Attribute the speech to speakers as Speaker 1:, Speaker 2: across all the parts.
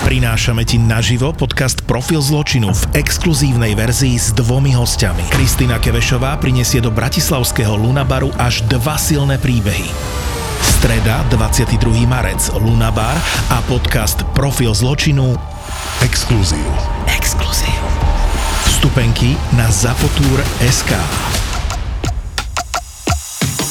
Speaker 1: Prinášame ti naživo podcast Profil zločinu v exkluzívnej verzii s dvomi hostiami. Kristýna Kevešová prinesie do bratislavského Lunabaru až dva silné príbehy. Streda, 22. marec, Lunabar a podcast Profil zločinu Exkluzív. Exkluzív. Vstupenky na Zapotúr SK.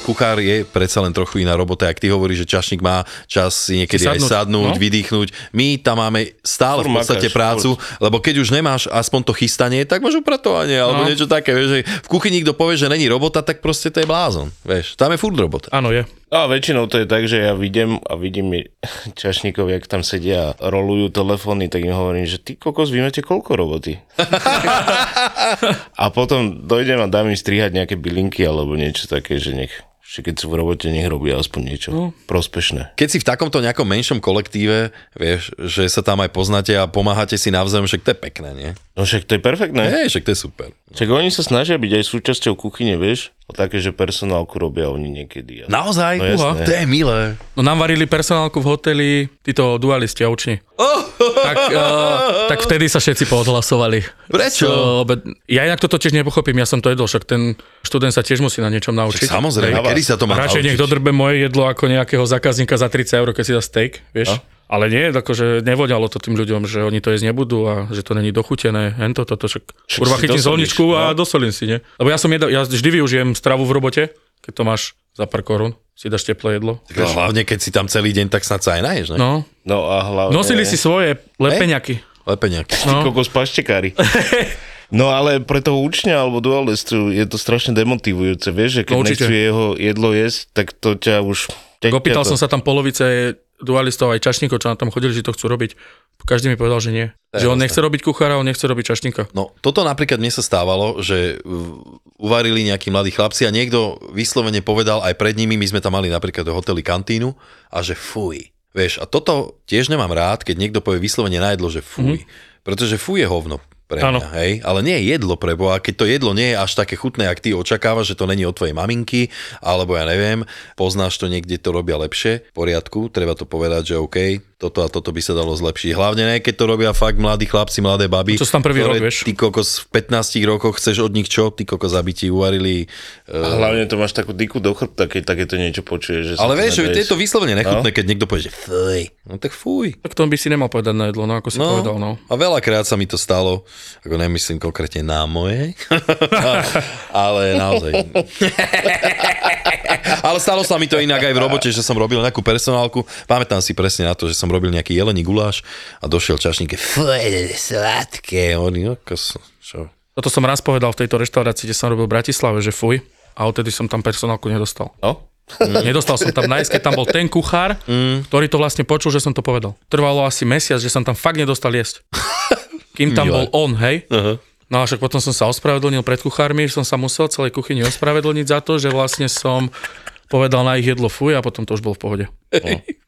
Speaker 2: kuchár je predsa len trochu iná robota, ak ty hovoríš, že čašník má čas si niekedy
Speaker 3: Si
Speaker 2: sadnúť, aj
Speaker 3: sadnúť,
Speaker 2: sadnúť, no?
Speaker 3: no.
Speaker 2: vydýchnuť. My tam máme stále v
Speaker 3: Furt
Speaker 2: podstate
Speaker 3: makáš,
Speaker 2: prácu, lebo keď už nemáš aspoň to chystanie, tak máš upratovanie alebo
Speaker 3: No.
Speaker 2: niečo také. Vieš, že v kuchyni kto povie, že není robota, tak proste to je blázon. Vieš, tam je furt robota.
Speaker 3: Áno, je.
Speaker 4: A väčšinou to je tak, že ja vidím a vidím mi čašníkov, jak tam sedia a rolujú telefóny, tak im hovorím, že ty kokos, vy máte koľko roboty? a potom dojdem a dám im strihať nejaké bylinky alebo niečo také, že nech že keď sú v robote, nech robia aspoň niečo
Speaker 3: No.
Speaker 4: prospešné.
Speaker 2: Keď si v takomto nejakom menšom kolektíve, vieš, že sa tam aj poznáte a pomáhate si navzájom, však to je pekné, nie?
Speaker 4: No však to je perfektné.
Speaker 2: Hej, však to je super.
Speaker 4: Čak oni sa snažia byť aj súčasťou kuchyne, vieš? O také, že personálku robia oni niekedy. A-
Speaker 2: Naozaj?
Speaker 4: No jasné.
Speaker 2: To je milé.
Speaker 3: No nám varili personálku v hoteli títo dualisti a učni. Tak, uh, tak vtedy sa všetci poodhlasovali.
Speaker 2: Prečo?
Speaker 3: So, obe- ja inak toto tiež nepochopím, ja som to jedol, však ten študent sa tiež musí na niečom naučiť.
Speaker 2: Však samozrejme,
Speaker 4: Hej.
Speaker 2: kedy sa to má
Speaker 3: Radšej
Speaker 2: naučiť?
Speaker 3: nech dodrbe moje jedlo ako nejakého zákazníka za 30 eur, keď si dá steak, vieš? Ale nie, akože nevoňalo to tým ľuďom, že oni to jesť nebudú a že to není dochutené. Hento, toto, však,
Speaker 4: Však
Speaker 3: kurva,
Speaker 4: si
Speaker 3: chytím
Speaker 4: dosolíš,
Speaker 3: solničku
Speaker 2: no?
Speaker 3: a dosolím si, nie? Lebo ja som jedal, ja vždy využijem stravu v robote, keď to máš za pár korún, si dáš teplé jedlo.
Speaker 2: Tak No, Hlavne keď si tam celý deň, tak snad sa aj naješ, ne?
Speaker 3: No,
Speaker 4: No a hlavne...
Speaker 3: nosili si svoje lepeňaky.
Speaker 2: Lepeňaky.
Speaker 4: Ty kokos paštekári. No ale pre toho učňa alebo dualistu je to strašne demotivujúce, vieš, že keď
Speaker 3: No,
Speaker 4: no,
Speaker 3: určite.
Speaker 4: nechcú jeho jedlo jesť, tak to ťa už... Ťa,
Speaker 3: Opýtal som sa tam polovice dualistov aj čašníkov, čo na tam chodili, že to chcú robiť. Každý mi povedal, že nie.
Speaker 2: je
Speaker 3: Že on nechce robiť kuchára, on nechce robiť čašníka.
Speaker 2: No, toto napríklad mne sa stávalo, že uh, uvarili nejakí mladí chlapci a niekto vyslovene povedal aj pred nimi, my sme tam mali napríklad do hoteli kantínu a že fuj. Vieš, a toto tiež nemám rád, keď niekto povie vyslovene na jedlo, že fuj. Mm-hmm. Pretože fuj je hovno pre
Speaker 3: Áno.
Speaker 2: mňa, hej? Ale nie je jedlo pre Boha, keď to jedlo nie je až také chutné, ak ty očakávaš, že to není od tvojej maminky, alebo ja neviem, poznáš to niekde, to robia lepšie, v poriadku, treba to povedať, že OK, toto a toto by sa dalo zlepšiť. Hlavne ne, keď to robia fakt mladí chlapci, mladé baby.
Speaker 3: Čo sú tam prvý
Speaker 2: ktoré
Speaker 3: rok, vieš?
Speaker 2: Ty kokos v 15 rokoch chceš od nich čo? Ty kokos, aby ti uvarili. Uh,
Speaker 4: A hlavne to máš takú diku do chrbta, keď takéto niečo počuješ. Že sa
Speaker 2: ale
Speaker 4: to
Speaker 2: vieš,
Speaker 4: nedá
Speaker 2: že je to
Speaker 4: jesť.
Speaker 2: vyslovene nechutné, keď niekto povie, že fuj. No tak fuj.
Speaker 3: Tak to by si nemal povedať na jedlo, no ako si
Speaker 2: No,
Speaker 3: povedal, no.
Speaker 2: a veľakrát sa mi to stalo, ako nemyslím konkrétne na moje, ale naozaj. ale stalo sa mi to inak aj v robote, že som robil nejakú personálku, pamätám si presne na to, že som robil nejaký jelení guláš a došiel čašník, fuj, to je sladké, oni, no, kos, čo?
Speaker 3: Toto som raz povedal v tejto reštaurácii, kde som robil v Bratislave, že fuj, a odtedy som tam personálku nedostal.
Speaker 4: No?
Speaker 3: Nedostal som tam nájsť, keď tam bol ten kuchár, ktorý to vlastne počul, že som to povedal. Trvalo asi mesiac, že som tam fakt nedostal jesť. Kým tam bol on, hej? No a však potom som sa ospravedlnil pred kuchármi, že som sa musel celej kuchyni ospravedlniť za to, že vlastne som povedal na ich jedlo fuj a potom to už bolo v pohode.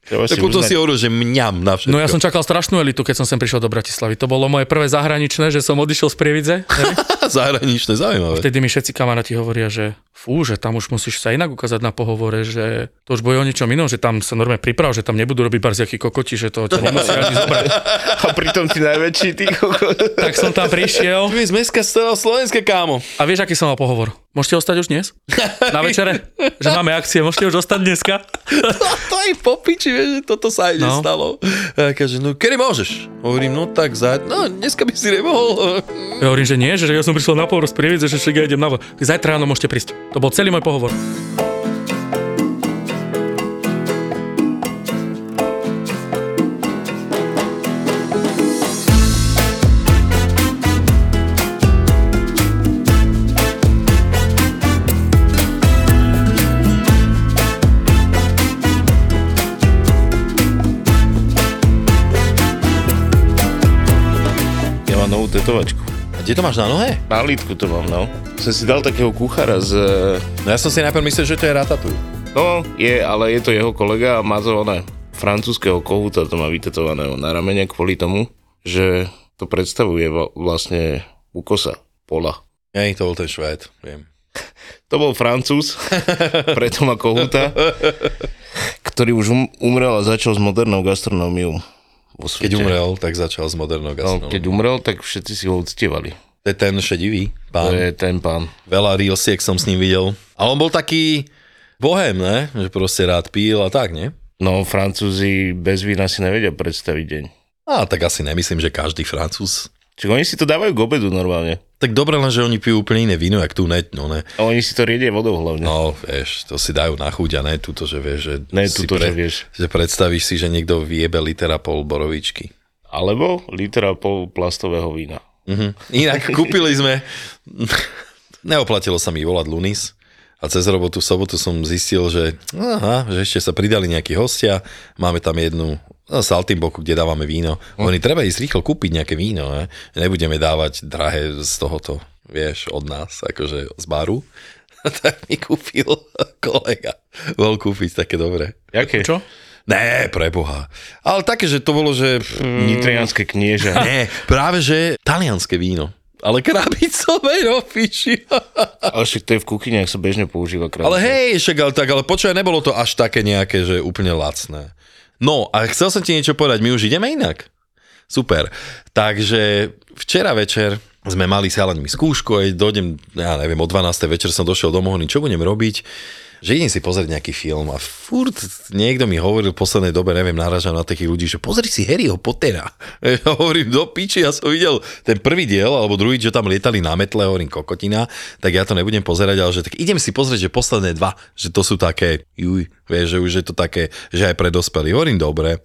Speaker 4: Treba si
Speaker 2: Tak potom
Speaker 4: uznať-
Speaker 2: si hovoril, že mňam na všetko.
Speaker 3: No ja som čakal strašnú elitu, keď som sem prišiel do Bratislavy. To bolo moje prvé zahraničné, že som odišiel z Prievidze. hej?
Speaker 2: Zahraničné, zaujímavé.
Speaker 3: Vtedy mi všetci kamaráti hovoria, že fú, že tam už musíš sa inak ukázať na pohovore, že to už bude o niečom inom, že tam sa normálne priprav, že tam nebudú robiť barziaky kokoti, že to ťa nemusia ani zobrať.
Speaker 4: A pritom ty najväčší, ty kokos.
Speaker 3: Tak som tam prišiel
Speaker 2: My z Meska starého Slovenska, kámo.
Speaker 3: a vieš, aký som mal pohovor? Môžete ostať už dnes? Na večere? Že máme akcie, môžete už ostať dneska?
Speaker 2: To, to aj popiči, vieš, že toto sa aj
Speaker 3: No.
Speaker 2: nestalo. A kaže, no kedy môžeš? Hovorím, no tak za... No, dneska by si nemohol.
Speaker 3: Ja hovorím, že nie, že ja som prišiel na pohovor z prievidze, že však ja idem na vo- Zajtra ráno môžete prísť. To bol celý môj pohovor.
Speaker 4: Ja mám novú tetovačku.
Speaker 2: Kde to máš na nohe?
Speaker 4: Na lítku to mám, no. Som si dal takého kuchára z...
Speaker 2: No ja som si najprv myslel, že to je ratatouille.
Speaker 4: No, je, ale je to jeho kolega a má to oné francúzského kohúta, to má vytetovaného na ramene kvôli tomu, že to predstavuje va- vlastne ukosa, pola.
Speaker 2: Hej, to bol ten Švéd, viem.
Speaker 4: To bol Francúz, preto má kohúta, ktorý už um- umrel a začal s modernou gastronómiou vo svete.
Speaker 2: Keď umrel, tak začal s modernou
Speaker 4: No,
Speaker 2: gastronomiou.
Speaker 4: keď umrel, tak všetci si ho uctievali.
Speaker 2: To je ten šedivý pán.
Speaker 4: To je ten pán.
Speaker 2: Veľa reelsiek som s ním videl. A on bol taký bohem, ne? Že proste rád pil a tak, nie?
Speaker 4: No, Francúzi bez vína si nevedia predstaviť deň.
Speaker 2: A tak asi nemyslím, že každý Francúz.
Speaker 4: Čiže oni si to dávajú k obedu normálne.
Speaker 2: Tak dobre, len že oni pijú úplne iné víno, jak tu ne, no ne.
Speaker 4: A oni si to riedia vodou hlavne.
Speaker 2: No, vieš, to si dajú na chuť a ne tuto, že vieš, že,
Speaker 4: Ne
Speaker 2: si
Speaker 4: tuto, že vieš.
Speaker 2: že predstavíš si, že niekto vyjebe litera pol borovičky.
Speaker 4: Alebo liter a pol plastového vína.
Speaker 2: Mhm. Inak kúpili sme, neoplatilo sa mi volať Lunis a cez robotu v sobotu som zistil, že, aha, že ešte sa pridali nejakí hostia, máme tam jednu no, saltimboku, kde dávame víno. Oni treba ísť rýchlo kúpiť nejaké víno, ne? nebudeme dávať drahé z tohoto, vieš, od nás, akože z baru. tak mi kúpil kolega. Bol kúpiť také dobré.
Speaker 4: Jaké?
Speaker 3: Čo?
Speaker 2: Né, preboha. Ale také, že to bolo, že...
Speaker 4: Nitrianské knieža.
Speaker 2: Ne, práve že talianské víno. Ale krabicové no, piči.
Speaker 4: Ale však to je v kuchyniach sa bežne používa
Speaker 2: Ale
Speaker 4: krabica.
Speaker 2: hej, však, ale tak, ale počkaj, nebolo to až také nejaké, že úplne lacné. No, a chcel som ti niečo povedať, my už ideme inak. Super. Takže včera večer sme mali s Jalenmi skúšku, aj dojdem, ja neviem, o 12. večer som došiel domov, hovorím, čo budem robiť? Že idem si pozrieť nejaký film a furt niekto mi hovoril v poslednej dobe, neviem, naražam na takých ľudí, že pozri si Harryho Pottera. Ja hovorím, do piči, ja som videl ten prvý diel, alebo druhý, že tam lietali na metle, hovorím, kokotina, tak ja to nebudem pozerať, ale že tak idem si pozrieť, že posledné dva, že to sú také, juj, vieš, že už je to také, že aj pre dospelí. Hovorím, dobre.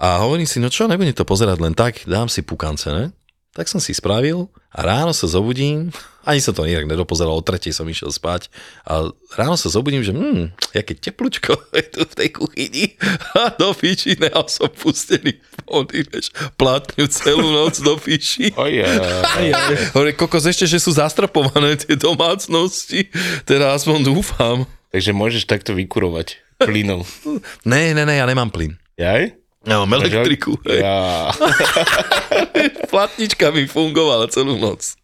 Speaker 2: A hovorím si, no čo, nebudem to pozerať len tak, dám si pukance, ne? Tak som si spravil a ráno sa zobudím, ani som to nejak nedopozeral, o tretej som išiel spať a ráno sa zobudím, že hm, jaké teplučko je tu v tej kuchyni a do píči, nehal som pustený vody, vieš, plátňu celú noc do píči.
Speaker 4: Oje,
Speaker 2: Hovorím, kokos, ešte, že sú zastrapované tie domácnosti, teda aspoň dúfam.
Speaker 4: takže môžeš takto vykurovať plynom.
Speaker 2: Ne, ne, ne, ja nemám plyn.
Speaker 4: Jaj?
Speaker 2: Ja mám elektriku. hej.
Speaker 4: Ja.
Speaker 2: platnička mi fungovala celú noc.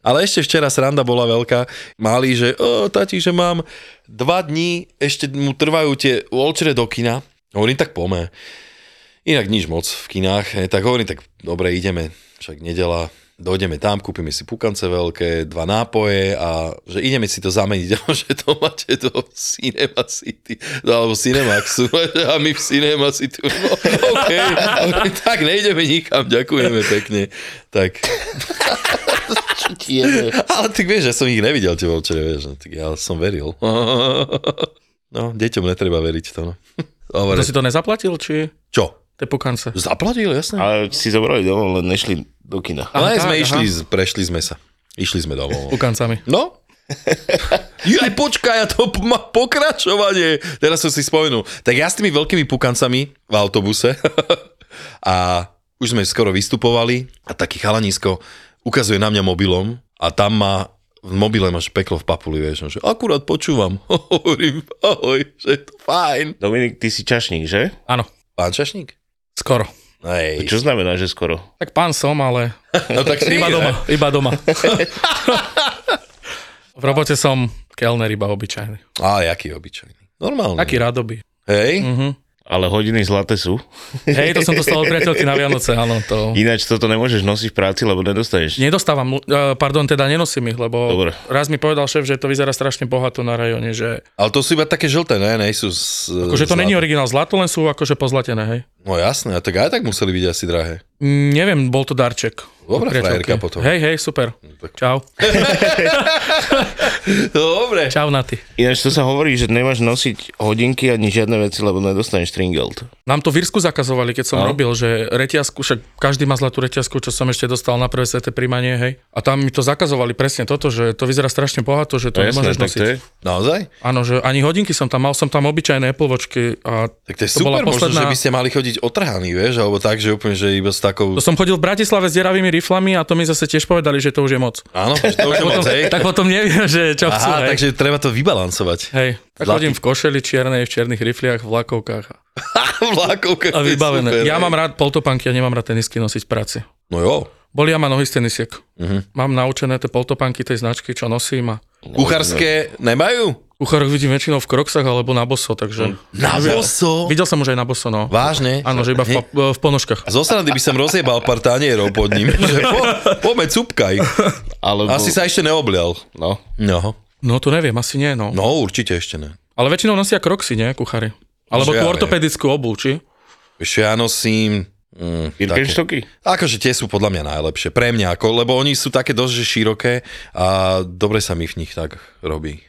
Speaker 2: Ale ešte včera sranda bola veľká. Mali, že o, tati, že mám dva dní, ešte mu trvajú tie olčere do kina. Hovorím, tak pome. Inak nič moc v kinách. E, tak hovorím, tak dobre, ideme. Však nedela, dojdeme tam, kúpime si pukance veľké, dva nápoje a že ideme si to zameniť, ale že to máte do Cinema City, no, alebo Cinemaxu. A my v Cinema City. No, okay. Hovorím, tak nejdeme nikam, ďakujeme pekne. Tak ale ty vieš, ja som ich nevidel, tie vouchere, vieš, no, tak ja som veril. No, deťom netreba veriť to, no. Dobre.
Speaker 3: To si to nezaplatil, či
Speaker 2: Čo?
Speaker 3: tie pukance?
Speaker 2: Zaplatil, jasne.
Speaker 4: Ale si zobrali domov, len nešli do kina.
Speaker 2: Ale
Speaker 3: Aha,
Speaker 2: sme
Speaker 3: tak,
Speaker 2: išli, z- prešli sme sa. Išli sme domov.
Speaker 3: Pukancami.
Speaker 2: No. Jaj, počkaj, ja to p- má pokračovanie. Teraz som si spomenul. Tak ja s tými veľkými pukancami v autobuse a už sme skoro vystupovali a taký chalanisko ukazuje na mňa mobilom a tam má v mobile máš peklo v papuli, vieš, že akurát počúvam, hovorím, ahoj, že je to fajn.
Speaker 4: Dominik, ty si čašník, že?
Speaker 3: Áno,
Speaker 2: Pán Čašník?
Speaker 3: skoro.
Speaker 2: Hej.
Speaker 4: Čo znamená, že skoro?
Speaker 3: Tak pán som, ale
Speaker 2: No tak si
Speaker 3: iba doma, iba doma. v robote som kelner iba obyčajný.
Speaker 2: Á, jaký obyčajný. Normálny.
Speaker 3: Taký rádoby.
Speaker 2: Hej?
Speaker 3: Mhm.
Speaker 4: Ale hodiny zlaté sú.
Speaker 3: Hej, to som dostal od priateľky na Vianoce, áno, to...
Speaker 4: Ináč toto nemôžeš nosiť v práci, lebo nedostaneš.
Speaker 3: Nedostávam, eh, pardon, teda nenosím ich, lebo
Speaker 4: Dobre.
Speaker 3: raz mi povedal šéf, že to vyzerá strašne bohato na rajone, že
Speaker 2: Ale to sú iba také žlté, ne? Nejsú z,
Speaker 3: akože to
Speaker 2: zlaté.
Speaker 3: není originál zlato, len sú akože pozlatené, hej.
Speaker 2: No jasné, a tak aj tak museli byť asi drahé.
Speaker 3: Mm, Neviem, bol to darček. od
Speaker 2: Dobrá
Speaker 3: priateľky.
Speaker 2: frajerka potom.
Speaker 3: Hej, hej, super.
Speaker 2: tak-
Speaker 3: Čau.
Speaker 2: Dobre.
Speaker 3: Čau na ty.
Speaker 4: Ináč to sa hovorí, že nemáš nosiť hodinky ani žiadne veci, lebo nedostaneš tringelt.
Speaker 3: Nám to v Írsku zakazovali, keď som
Speaker 4: No.
Speaker 3: robil, že reťazku, však každý má zlatú reťazku, čo som ešte dostal na prvé sveté príjmanie, hej. A tam mi to zakazovali presne toto, že to vyzerá strašne bohato, že
Speaker 2: No
Speaker 3: to nemôžeš
Speaker 4: tak
Speaker 3: nosiť.
Speaker 4: to je.
Speaker 2: Naozaj?
Speaker 3: Áno, že ani hodinky som tam mal, som tam obyčajné Apple Watchky a
Speaker 2: Tak to je
Speaker 3: bola
Speaker 2: super, možno, že by ste mali chodiť chodiť otrhaný, vieš, alebo tak, že úplne, že iba s takou...
Speaker 3: To som chodil v Bratislave s deravými riflami a to mi zase tiež povedali, že to už je moc.
Speaker 2: Áno, že to už je moc, hej.
Speaker 3: Tak potom neviem, že čo chcú,
Speaker 2: Aha,
Speaker 3: hej.
Speaker 2: takže treba to vybalancovať.
Speaker 3: Hej, tak
Speaker 2: Zlatý.
Speaker 3: chodím v košeli čiernej, v čiernych rifliach, v lakovkách a-
Speaker 2: Vlákovka.
Speaker 3: a vybavené. Ja mám rád poltopanky, ja nemám rád tenisky nosiť v práci.
Speaker 2: No jo,
Speaker 3: Bolia ma nohy z tenisiek.
Speaker 2: Mhm.
Speaker 3: Mám naučené tie poltopanky tej značky, čo nosím a
Speaker 2: kuchárske nemajú?
Speaker 3: kuchárok vidím väčšinou v kroksach alebo na boso, takže...
Speaker 2: Na boso?
Speaker 3: Videl som už aj na boso, no.
Speaker 2: Vážne?
Speaker 3: Áno, že iba v, pa- v ponožkách.
Speaker 2: Zo srandy by som rozjebal pár tanierov pod ním. Že po, poďme, cupkaj.
Speaker 4: Alebo...
Speaker 2: Asi sa ešte neoblial.
Speaker 4: No,
Speaker 2: No.
Speaker 3: No to neviem, asi nie, no.
Speaker 2: No, určite ešte ne.
Speaker 3: Ale väčšinou nosia kroksy, nie, kuchári? Alebo
Speaker 2: Že ja
Speaker 3: tú
Speaker 2: viem.
Speaker 3: ortopedickú obu, či?
Speaker 2: Ešte ja nosím... Mm, také-
Speaker 4: Birkenstocky?
Speaker 2: Akože tie sú podľa mňa najlepšie. Pre mňa, ako, lebo oni sú také dosť že široké a dobre sa mi v nich tak robí.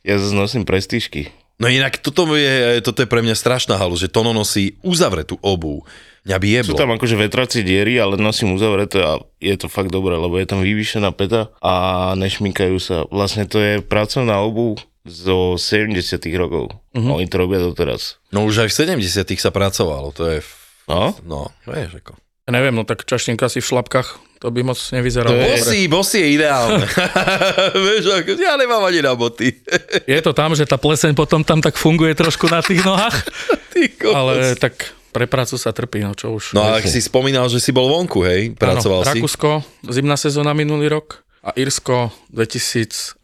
Speaker 4: Ja zase nosím prestížky.
Speaker 2: No inak toto je, toto je pre mňa strašná halu, že Tono nosí uzavretú obu. Mňa by jeblo.
Speaker 4: Sú tam akože vetracie diery, ale nosím uzavreté a je to fakt dobré, lebo je tam vyvýšená peta a nešminkajú sa. Vlastne to je pracovná obu zo 70 rokov.
Speaker 3: Mhm.
Speaker 4: Uh-huh. Oni to robia doteraz.
Speaker 2: No už aj v 70 sa pracovalo, to je... f-
Speaker 4: No?
Speaker 2: No, vieš ako.
Speaker 3: Ja neviem, no tak čaštinka si v šlapkách, to by moc nevyzeralo.
Speaker 4: To
Speaker 3: dobre.
Speaker 2: Bosy, bosy je ideálne. vieš ako, ja nemám ani na boty.
Speaker 3: Je to tam, že tá pleseň potom tam tak funguje trošku na tých nohách,
Speaker 2: Ty kokos.
Speaker 3: ale tak pre prácu sa trpí, no čo už.
Speaker 2: No a ak si spomínal, že si bol vonku, hej? Pracoval si?
Speaker 3: Rakúsko, zimná sezóna minulý rok a Írsko 2018,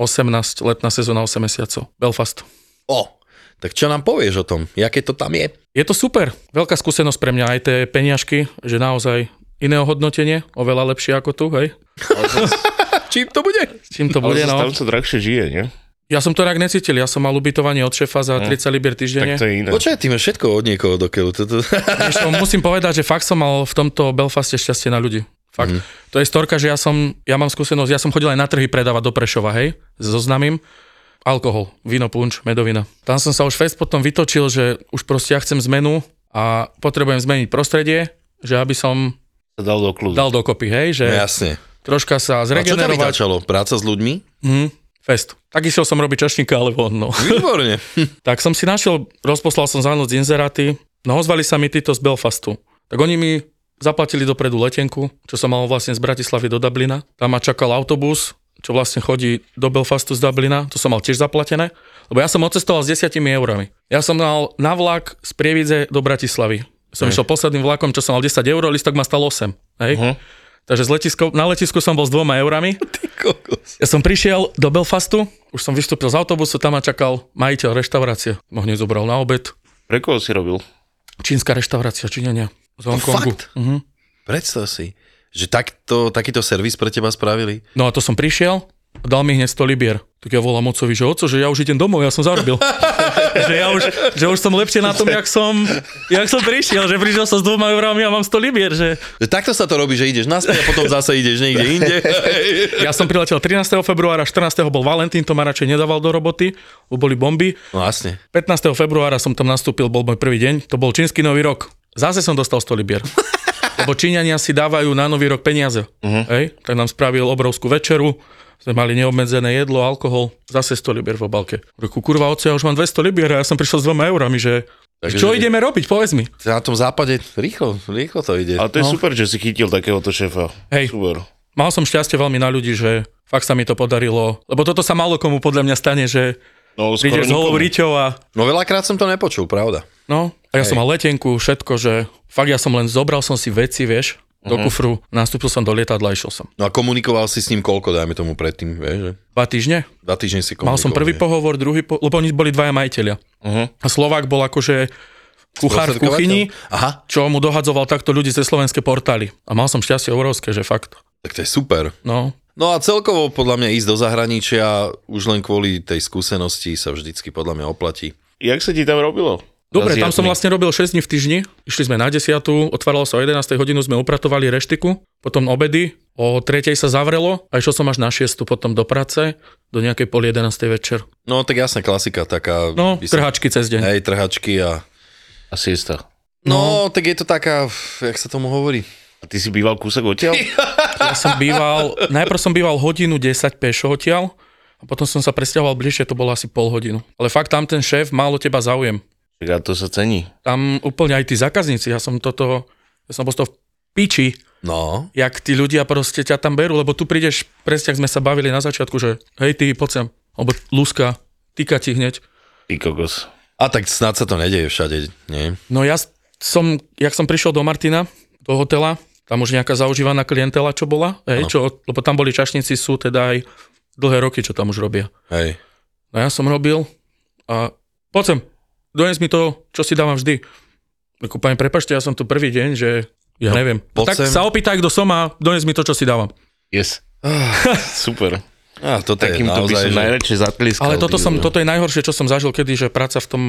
Speaker 3: letná sezóna 8 mesiacov, Belfast.
Speaker 2: O, tak čo nám povieš o tom? Jaké to tam je?
Speaker 3: Je to super, veľká skúsenosť pre mňa, aj tie peniažky, že naozaj iné ohodnotenie, oveľa lepšie ako tu, hej.
Speaker 2: Čím to bude?
Speaker 3: S čím to
Speaker 4: Ale
Speaker 3: bude, no.
Speaker 4: zase tam sa drahšie žije, nie?
Speaker 3: Ja som to tak necítil, ja som mal ubytovanie od šefa za 30 libier
Speaker 4: Hm. Tak
Speaker 3: týždenne.
Speaker 4: to je iné.
Speaker 2: Počkaj, ty máš všetko od niekoho do keľu. Toto...
Speaker 3: Vieš čo, musím povedať, že fakt som mal v tomto Belfaste šťastie na ľudí. Fakt.
Speaker 2: Mhm.
Speaker 3: Mm-hmm. To je storka, že ja som, ja mám skúsenosť, ja som chodil aj na trhy predávať do Prešova, hej, s zoznamím. Alkohol, víno, punč, medovina. Tam som sa už fest potom vytočil, že už proste ja chcem zmenu a potrebujem zmeniť prostredie, že aby som
Speaker 4: Sa dal do kľúdu.
Speaker 3: dal dokopy, hej, že
Speaker 2: No
Speaker 3: ja.
Speaker 2: jasne.
Speaker 3: troška
Speaker 2: A
Speaker 3: sa
Speaker 2: čo tam
Speaker 3: zregenerovať.
Speaker 2: vytačalo? Práca s ľuďmi?
Speaker 3: Hm, fest. Tak išiel som robiť čašníka, ale von, no.
Speaker 2: Výborne.
Speaker 3: Tak som si našiel, rozposlal som za noc inzeráty, no ozvali sa mi títo z Belfastu. Tak oni mi zaplatili dopredu letenku, čo som mal vlastne z Bratislavy do Dublina. Tam ma čakal autobus, čo vlastne chodí do Belfastu z Dublina, to som mal tiež zaplatené, lebo ja som odcestoval s 10 eurami. Ja som mal na vlak z Prievidze do Bratislavy. Som išiel posledným vlakom, čo som mal 10 eur, listok ma stal 8. Hej? Uh-huh. Takže z letisko, na letisku som bol s dvoma eurami.
Speaker 2: Ty kokos.
Speaker 3: Ja som prišiel do Belfastu, už som vystúpil z autobusu, tam ma čakal majiteľ reštaurácie. Ma hneď zobral na obed.
Speaker 4: Pre koho si robil?
Speaker 3: Čínska reštaurácia, Číňania. Z Hongkongu.
Speaker 2: Oh,
Speaker 3: Hm.
Speaker 2: fakt? Predstav si, že takto, takýto servis pre teba spravili.
Speaker 3: No a to som prišiel, dal mi hneď 100 libier. Tak ja volám otcovi, že oco, že ja už idem domov, ja som zarobil. že, ja už, že už som lepšie na tom, jak som, jak som prišiel, že prišiel som s dvoma eurami a mám 100 libier, že
Speaker 2: Že takto sa to robí, že ideš naspäť a potom zase ideš niekde inde.
Speaker 3: Ja som priletel 13. februára, 14. bol Valentín, to ma radšej nedával do roboty, lebo boli bomby.
Speaker 2: No jasne.
Speaker 3: 15. februára som tam nastúpil, bol môj prvý deň, to bol čínsky nový rok. Zase som dostal 100 libier. Lebo Číňania si dávajú na nový rok peniaze. Uh-huh. Hej? Tak nám spravil obrovskú večeru, sme mali neobmedzené jedlo, alkohol, zase 100 libier v obalke. Reku, kurva, oce, ja už mám 200 libier a ja som prišiel s dvoma eurami, že
Speaker 2: Takže-
Speaker 3: Takže čo ideme robiť, povedz mi.
Speaker 2: Na tom západe rýchlo, rýchlo to ide.
Speaker 4: Ale to je no. super, že si chytil takéhoto šéfa.
Speaker 3: Hej.
Speaker 4: Super.
Speaker 3: Mal som šťastie veľmi na ľudí, že fakt sa mi to podarilo, lebo toto sa málo komu podľa mňa stane, že
Speaker 4: No, skoro
Speaker 3: prídeš s holou
Speaker 4: nikomu.
Speaker 3: riťou a
Speaker 2: No veľakrát som to nepočul, pravda.
Speaker 3: No, a ja som mal letenku, všetko, že fakt ja som len zobral som si veci, vieš, do kufru, nastúpil som do lietadla, išiel som.
Speaker 2: No a komunikoval si s ním koľko, dajme tomu predtým, vieš, že?
Speaker 3: Dva týždne.
Speaker 2: Dva týždne si komunikoval.
Speaker 3: Mal som prvý
Speaker 2: nie?
Speaker 3: pohovor, druhý, po- lebo oni boli dvaja majiteľia.
Speaker 4: Mhm.
Speaker 3: A Slovák bol akože kuchár v kuchyni,
Speaker 2: Aha,
Speaker 3: čo mu dohadzoval takto ľudí ze slovenské portály. A mal som šťastie obrovské, že fakt.
Speaker 2: tak to je super.
Speaker 3: No,
Speaker 2: No a celkovo podľa mňa ísť do zahraničia už len kvôli tej skúsenosti sa vždycky podľa mňa oplatí.
Speaker 4: Jak sa ti tam robilo?
Speaker 3: Dobre, tam
Speaker 4: Zaziatný.
Speaker 3: som vlastne robil 6 dní v týždni, išli sme na 10, otváralo sa o 11 hodinu, sme upratovali reštiku, potom obedy, o 3 sa zavrelo a išiel som až na 6 potom do práce, do nejakej pol 11 večer.
Speaker 2: No tak jasne, klasika taká.
Speaker 3: No,
Speaker 2: by som-
Speaker 3: trhačky cez deň.
Speaker 2: Hej, trhačky a...
Speaker 4: A siesta.
Speaker 2: No, tak je to taká, jak sa tomu hovorí?
Speaker 4: A ty si býval kúsok odtiaľ?
Speaker 3: Ja som býval, najprv som býval hodinu 10 pešo odtiaľ, a potom som sa presťahoval bližšie, to bolo asi pol hodinu. Ale fakt tam ten šéf málo teba záujem.
Speaker 4: Však a to sa cení.
Speaker 3: Tam úplne aj tí zákazníci, ja som toto, ja som prosto v piči,
Speaker 2: No,
Speaker 3: jak tí ľudia proste ťa tam berú, lebo tu prídeš, presne ak sme sa bavili na začiatku, že hej ty, poď sem, alebo luska, týka ti hneď.
Speaker 4: Ty kokos.
Speaker 2: a tak snad sa to nedeje všade, nie?
Speaker 3: No ja s- som, jak som prišiel do Martina, do hotela, tam už nejaká zaužívaná klientela, čo bola, hej, čo, lebo tam boli čašníci, sú teda aj dlhé roky, čo tam už robia.
Speaker 2: Hej.
Speaker 3: No ja som robil a poď sem, dones mi to, čo si dávam vždy. Ako pani, prepašte, ja som tu prvý deň, že ja
Speaker 2: No,
Speaker 3: neviem.
Speaker 2: poď
Speaker 3: tak
Speaker 2: sem.
Speaker 3: sa opýtaj, kto som a dones mi to, čo si dávam.
Speaker 4: Yes. Super.
Speaker 2: A toto je
Speaker 4: Takýmto by
Speaker 2: naozaj,
Speaker 4: som
Speaker 2: že...
Speaker 4: najradšej zatliskal.
Speaker 3: Ale toto,
Speaker 4: ty
Speaker 3: som,
Speaker 4: vole.
Speaker 3: toto je najhoršie, čo som zažil kedy, že práca v tom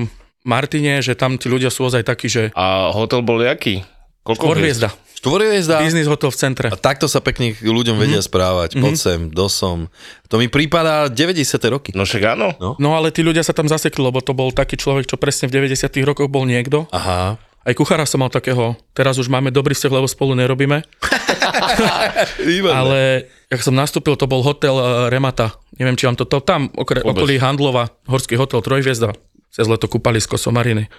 Speaker 3: Martine, že tam tí ľudia sú ozaj takí, že
Speaker 4: A hotel bol jaký? Koľko
Speaker 3: orviezda,
Speaker 2: Štvorhviezda.
Speaker 3: biznis hotel v centre.
Speaker 2: A takto sa pekne k
Speaker 3: Mhm.
Speaker 2: ľuďom vedia správať. Poď sem, dosom. To mi prípada 90. roky.
Speaker 4: No však áno.
Speaker 2: No.
Speaker 3: No ale tí ľudia sa tam zasekli, lebo to bol taký človek, čo presne v 90 rokoch bol niekto.
Speaker 2: Aha.
Speaker 3: Aj kuchára som mal takého, teraz už máme dobrý vzťah, lebo spolu nerobíme.
Speaker 2: Ale...
Speaker 3: Ale jak som nastúpil, to bol hotel eh, Remata. Neviem, či vám to, to tam okre,
Speaker 4: Vôbec.
Speaker 3: okolí Handlova, horský hotel Trojviezda, cez leto kúpalisko Somariny.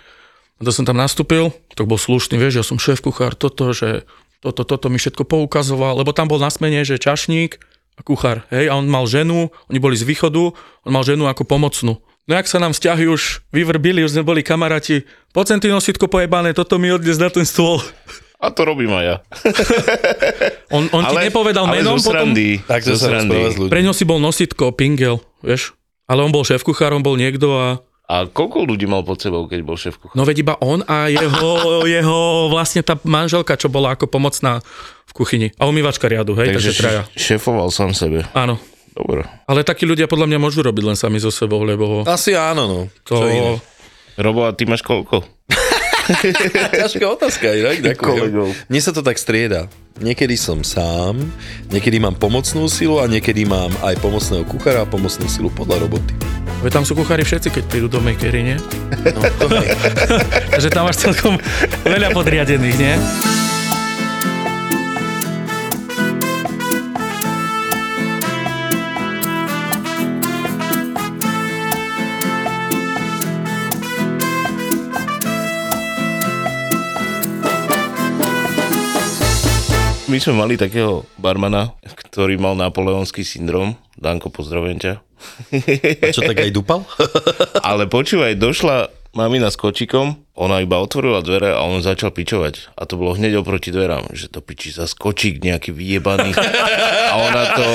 Speaker 3: A to som tam nastúpil, to bol slušný, vieš, ja som šéf kuchár, toto, že toto, toto mi všetko poukazoval, lebo tam bol na smene, že čašník a kuchár, hej, a on mal ženu, oni boli z východu, on mal ženu ako pomocnú. No jak sa nám vzťahy už vyvrbili, už sme boli kamaráti, poď sem ty nosítko pojebané, toto mi odnes na ten stôl.
Speaker 4: A to robím aj ja.
Speaker 3: On, on ale, ti nepovedal
Speaker 4: ale
Speaker 3: menom,
Speaker 4: zo
Speaker 3: potom
Speaker 4: srandy,
Speaker 2: Tak to
Speaker 4: zo
Speaker 2: sa
Speaker 4: srandy.
Speaker 2: rozpráva s ľuďmi.
Speaker 3: Pre ňo si bol nositko, pingel, vieš. Ale on bol šéf kuchár, on bol niekto a...
Speaker 4: A koľko ľudí mal pod sebou, keď bol šéf kuchár?
Speaker 3: No veď iba on a jeho, jeho vlastne tá manželka, čo bola ako pomocná v kuchyni. A umývačka riadu, hej, takže,
Speaker 4: š-
Speaker 3: traja.
Speaker 4: šéfoval sám sebe.
Speaker 3: Áno.
Speaker 4: Dobre.
Speaker 3: Ale takí ľudia podľa mňa môžu robiť len sami so sebou, lebo
Speaker 2: Asi áno, no.
Speaker 3: to...
Speaker 2: Čo iné?
Speaker 4: Robo, a ty máš koľko?
Speaker 2: Ťažká otázka. Inak,
Speaker 4: Kolegov.
Speaker 2: ďakujem. Mne sa to tak strieda. Niekedy som sám, niekedy mám pomocnú silu a niekedy mám aj pomocného kuchára a pomocnú silu podľa roboty.
Speaker 3: Veď tam sú kuchári všetci, keď prídu do makery, nie? Takže tam máš celkom veľa podriadených, nie?
Speaker 4: My sme mali takého barmana, ktorý mal napoleonský syndrom. Danko, pozdravujem ťa.
Speaker 2: A čo, tak aj dupal?
Speaker 4: Ale počúvaj, došla mamina s kočikom, ona iba otvorila dvere a on začal pičovať. A to bolo hneď oproti dverám, že to pičí sa skočík nejaký vyjebaný. A ona to...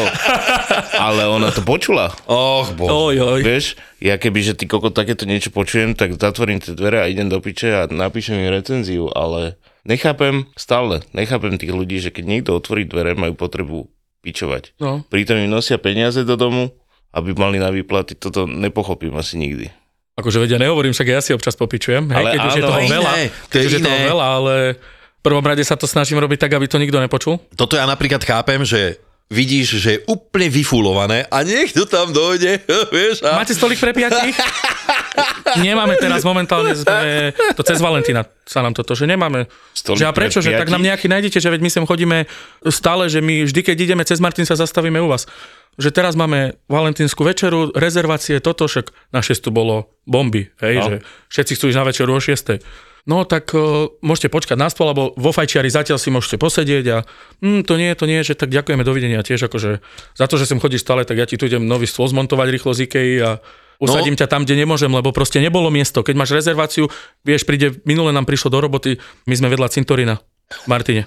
Speaker 4: Ale ona to počula.
Speaker 2: Och, boh.
Speaker 3: Oj, oj.
Speaker 4: Vieš, ja keby, že ty koko takéto niečo počujem, tak zatvorím tie dvere a idem do piče a napíšem im recenziu, ale nechápem stále, nechápem tých ľudí, že keď niekto otvorí dvere, majú potrebu pičovať.
Speaker 3: No.
Speaker 4: Pritom im nosia peniaze do domu, aby mali na výplaty, toto nepochopím asi nikdy.
Speaker 3: Akože vedia, nehovorím, však ja si občas popičujem, hej,
Speaker 4: Ale
Speaker 3: keď už je
Speaker 4: áno,
Speaker 3: toho
Speaker 4: to je
Speaker 3: veľa,
Speaker 2: iné, to
Speaker 3: keď
Speaker 2: je
Speaker 3: už je toho
Speaker 2: iné.
Speaker 3: veľa, ale v prvom rade sa to snažím robiť tak, aby to nikto nepočul.
Speaker 2: Toto ja napríklad chápem, že vidíš, že je úplne vyfulované a niekto tam dojde, vieš, a
Speaker 3: Máte stolik pre piatich? Nemáme teraz momentálne, sme, to cez Valentína sa nám toto, že nemáme.
Speaker 4: Stolik
Speaker 3: že a
Speaker 4: pre
Speaker 3: prečo, že tak nám
Speaker 4: piatich?
Speaker 3: nejaký nájdete, že veď my sem chodíme stále, že my vždy, keď ideme cez Martin, sa zastavíme u vás. Že teraz máme valentínsku večeru, rezervácie, toto, však na 6 tu bolo bomby, hej,
Speaker 4: No.
Speaker 3: že všetci chcú ísť na večeru o 6. No tak uh, môžete počkať na stôl, alebo vo fajčiari zatiaľ si môžete posedieť a mm, to nie, to nie, že tak ďakujeme, dovidenia tiež, akože za to, že sem chodíš stále, tak ja ti tu idem nový stôl zmontovať rýchlo z Ikei a usadím ťa tam, kde nemôžem, lebo proste nebolo miesto. Keď máš rezerváciu, vieš, príde, minule nám prišlo do roboty, my sme vedľa Cintorina, v Martine.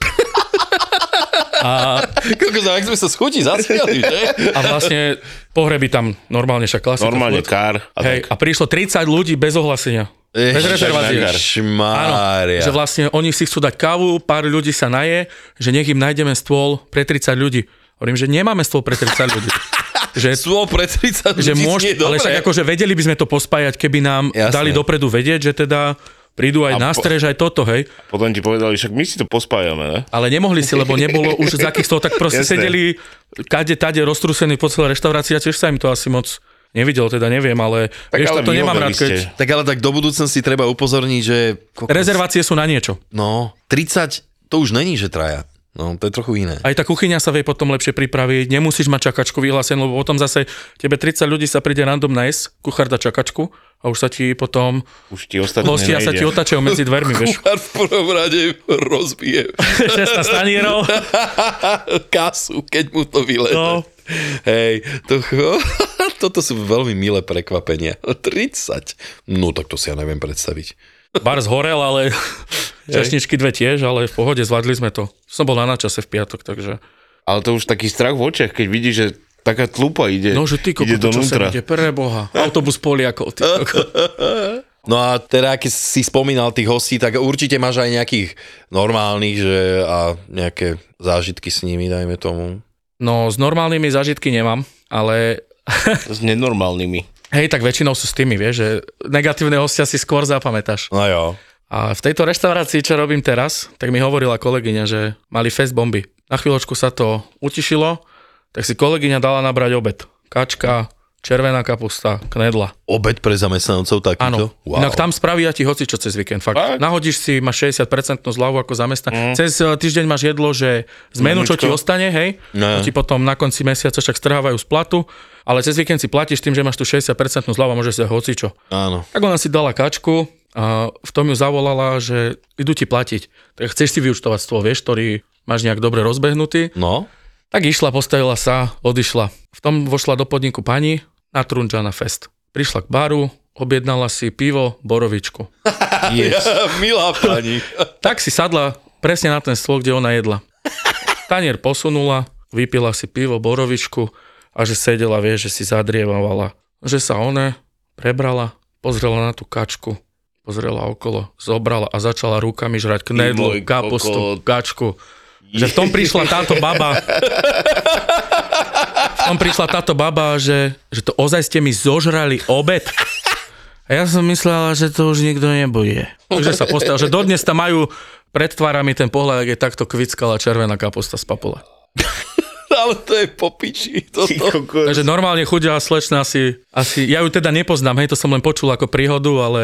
Speaker 2: Koľko za, ak sme sa schudí zasiali, že?
Speaker 3: A vlastne pohreby tam normálne, však klasika.
Speaker 4: Normálne
Speaker 3: furt.
Speaker 4: kár. A
Speaker 3: Hej,
Speaker 4: tak.
Speaker 3: a prišlo 30 ľudí bez ohlásenia. Bez rezervácie.
Speaker 2: Šmária.
Speaker 3: Áno, že vlastne oni si chcú dať kávu, pár ľudí sa naje, že nech im nájdeme stôl pre 30 ľudí. Hovorím, že nemáme stôl pre 30 ľudí. že
Speaker 2: Stôl pre 30 ľudí
Speaker 3: že
Speaker 2: znie
Speaker 3: môž,
Speaker 2: dobre.
Speaker 3: ale však akože vedeli by sme to pospájať, keby nám
Speaker 2: Jasné.
Speaker 3: Jasne. dali dopredu vedieť, že teda prídu aj
Speaker 4: A
Speaker 3: na
Speaker 4: po-
Speaker 3: strež, aj toto, hej.
Speaker 4: Potom ti povedali, však my si to pospájame, ne?
Speaker 3: Ale nemohli si, lebo nebolo už z akých stôl, tak proste
Speaker 4: Jasné.
Speaker 3: sedeli kade, tade, roztrúsení po celej reštaurácii a tiež sa im to asi moc nevidelo, teda neviem, ale
Speaker 4: Tak
Speaker 3: vieš,
Speaker 4: ale
Speaker 3: toto nemám
Speaker 4: vyhodili
Speaker 3: rád, keď...
Speaker 4: ste.
Speaker 2: Tak ale tak do budúcnosti treba upozorniť, že... kokos,
Speaker 3: Rezervácie sú na niečo.
Speaker 2: No, 30, to už není, že traja. No, to je trochu iné.
Speaker 3: Aj tá kuchyňa sa vie potom lepšie pripraviť, nemusíš mať čakačku vyhlásenú, lebo potom zase tebe 30 ľudí sa príde random na S, kuchár dá čakačku a už sa ti potom
Speaker 4: Už ti ostatné
Speaker 3: hostia sa ti
Speaker 4: nejde.
Speaker 3: otačajú medzi dvermi, vieš.
Speaker 2: Kuchár v prvom rade rozbije
Speaker 3: 16 stanierov.
Speaker 2: kasu, keď mu to vyleze.
Speaker 3: No.
Speaker 2: Hej, to, toto sú veľmi milé prekvapenia. 30. No tak to si ja neviem predstaviť.
Speaker 3: Bar zhorel, ale čašničky dve tiež, ale v pohode, zvládli sme to. Som bol na načase v piatok, takže...
Speaker 4: Ale to už taký strach v očiach, keď vidíš, že taká tlupa ide,
Speaker 3: No, že ty
Speaker 4: ide
Speaker 3: koko, to čo
Speaker 4: donútra.
Speaker 3: sa ide, preboha. Autobus Poliakov, ty koko.
Speaker 2: No a teda, keď si spomínal tých hostí, tak určite máš aj nejakých normálnych že, a nejaké zážitky s nimi, dajme tomu.
Speaker 3: No, s normálnymi zážitky nemám, ale
Speaker 4: S nenormálnymi.
Speaker 3: hej, tak väčšinou sú s tými, vieš, že negatívne hostia si skôr zapamätáš.
Speaker 2: No jo.
Speaker 3: A v tejto reštaurácii, čo robím teraz, tak mi hovorila kolegyňa, že mali fest bomby. Na chvíľočku sa to utišilo, tak si kolegyňa dala nabrať obed. Kačka, červená kapusta, knedla.
Speaker 2: Obed pre zamestnancov takýto?
Speaker 3: Áno. Wow. Inak tam spravia ti hocičo cez víkend, fakt.
Speaker 4: Fakt?
Speaker 3: Nahodíš si, máš 60% zľavu ako zamestnan. Mm. Cez e, týždeň máš jedlo, že zmenu, čo ti
Speaker 4: Menučko.
Speaker 3: ostane, hej,
Speaker 2: Ne.
Speaker 3: to ti potom na konci mesiaca však strhávajú z platu, ale cez víkend si platíš tým, že máš tu 60% zľavu a môžeš si dať hocičo.
Speaker 2: Áno.
Speaker 3: Tak ona si dala kačku a v tom ju zavolala, že idú ti platiť. Tak chceš si vyučtovať stôl, vieš, ktorý máš nejak dobre rozbehnutý.
Speaker 2: No?
Speaker 3: Tak išla, postavila sa, odišla. V tom vošla do podniku pani na Trunžana Fest. Prišla k baru, objednala si pivo, borovičku.
Speaker 4: Yes.
Speaker 2: Milá pani.
Speaker 3: Tak si sadla presne na ten stôl, kde ona jedla. Tanier posunula, vypila si pivo, borovičku a že sedela, vie, že si zadrievavala. Že sa ona prebrala, pozrela na tú kačku, pozrela okolo, zobrala a začala rukami žrať knedlo,
Speaker 4: môj
Speaker 3: kapustu,
Speaker 4: kokot.
Speaker 3: kačku. Že v tom prišla táto baba. V tom prišla táto baba, že, že to ozaj ste mi zožrali obed. A ja som myslela, že to už nikto nebude. Takže sa postavil, že dodnes tam majú pred tvárami ten pohľad, ak je takto kvickala červená kaposta z papule.
Speaker 2: Ale to je popiči.
Speaker 4: Ty
Speaker 2: Toto.
Speaker 4: kokos.
Speaker 3: Takže normálne chudia slečna asi, asi, ja ju teda nepoznám, hej, to som len počul ako príhodu, ale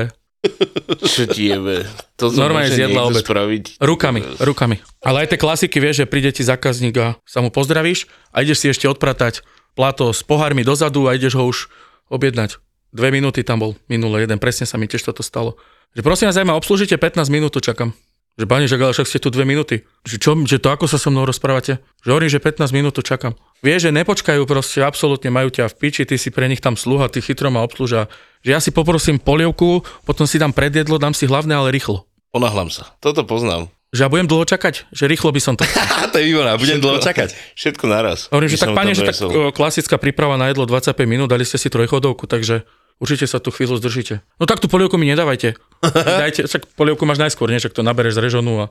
Speaker 4: Čo ti jebe? To
Speaker 3: Normálne
Speaker 4: môže
Speaker 3: zjedla
Speaker 4: niekto
Speaker 3: obed.
Speaker 4: Spraviť.
Speaker 3: rukami, rukami. Ale aj tie klasiky, vieš, že príde ti zákazník a sa mu pozdravíš a ideš si ešte odpratať plato s pohármi dozadu a ideš ho už objednať. Dve minúty tam bol, minulé jeden, presne sa mi tiež toto stalo. Že prosím vás, aj ma obslúžite 15 minút, tu čakám. Že pani, že ale však ste tu dve minúty. Že, čo, že to ako sa so mnou rozprávate? Že hovorím, že 15 minút tu čakám. Vieš, že nepočkajú proste, absolútne majú ťa v piči, ty si pre nich tam sluha, ty chytro ma obslužia. Že ja si poprosím polievku, potom si dám predjedlo, dám si hlavné, ale rýchlo.
Speaker 4: Ponáhlam sa. Toto poznám.
Speaker 3: Že ja budem dlho čakať, že rýchlo by som to chcel.
Speaker 2: Á, to je výborné, budem dlho čakať.
Speaker 4: Všetko naraz.
Speaker 3: Hovorím, že
Speaker 4: By som
Speaker 3: tak pane,
Speaker 4: tam
Speaker 3: že tak
Speaker 4: dojesol.
Speaker 3: o, klasická príprava na jedlo 25 minút, dali ste si trojchodovku, takže určite sa tu chvíľu zdržíte. No tak tú polievku mi nedávajte. Dajte, však polievku máš najskôr, nie? Však to nabereš z režonu a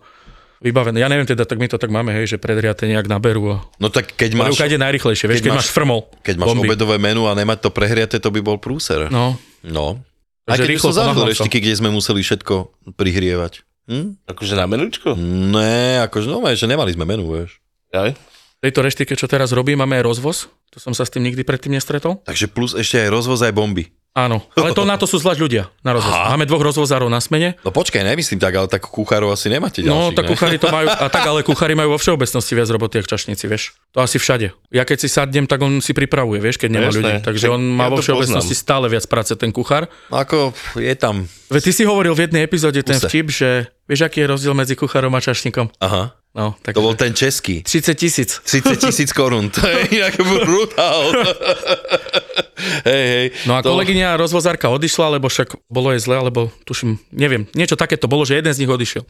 Speaker 3: vybavené. Ja neviem teda, tak my to tak máme, hej, že predriate nejak naberú a
Speaker 2: No tak keď máš,
Speaker 3: polievka ide najrychlejšie, vieš, keď, máš, frmol.
Speaker 2: keď máš
Speaker 3: bomby.
Speaker 2: obedové menu a nemať to prehriate, to by bol prúser.
Speaker 3: No,
Speaker 2: No. A
Speaker 3: Takže
Speaker 2: keď
Speaker 3: rýchlo
Speaker 2: som zažil
Speaker 3: ponáhlam sa.
Speaker 2: reštiky, kde sme museli všetko prihrievať. Hm?
Speaker 4: Akože na menučko?
Speaker 3: Mm.
Speaker 2: Ne, akože no, že nemali sme menu, vieš.
Speaker 4: Aj?
Speaker 3: v tejto reštike, čo teraz robím, máme aj rozvoz. To som sa s tým nikdy predtým nestretol.
Speaker 2: Takže plus ešte aj rozvoz, aj bomby.
Speaker 3: Áno, ale to na to sú zvlášť ľudia, na rozvoz. Máme dvoch rozvozárov na smene,
Speaker 2: No počkaj, nemyslím tak, ale tak kuchárov asi nemáte ďalších,
Speaker 3: No, tak
Speaker 2: ne?
Speaker 3: kuchári to majú, a tak ale kuchári majú vo všeobecnosti viac roboty, ako čašníci, vieš. To asi všade. Ja keď si sadnem, tak on si pripravuje, vieš, keď nemá
Speaker 2: No,
Speaker 4: Jasné.
Speaker 3: ľudí. Takže
Speaker 4: Tak
Speaker 3: on má
Speaker 4: ja
Speaker 3: vo
Speaker 4: to
Speaker 3: všeobecnosti stále viac práce, ten kuchár.
Speaker 2: Ako je tam...
Speaker 3: Veď ty si hovoril v jednej epizóde ten
Speaker 2: Kuse.
Speaker 3: vtip, že vieš, aký je rozdiel medzi kuchárom a čašníkom?
Speaker 2: Aha,
Speaker 3: No,
Speaker 2: to
Speaker 3: tak
Speaker 2: bol ten český.
Speaker 3: 30 tisíc.
Speaker 2: 30 tisíc korún, to je inak brutál. hej, hej.
Speaker 3: No a
Speaker 2: to...
Speaker 3: kolegyňa rozvozárka odišla, lebo však bolo jej zle, alebo tuším, neviem, niečo také to bolo, že jeden z nich odišiel.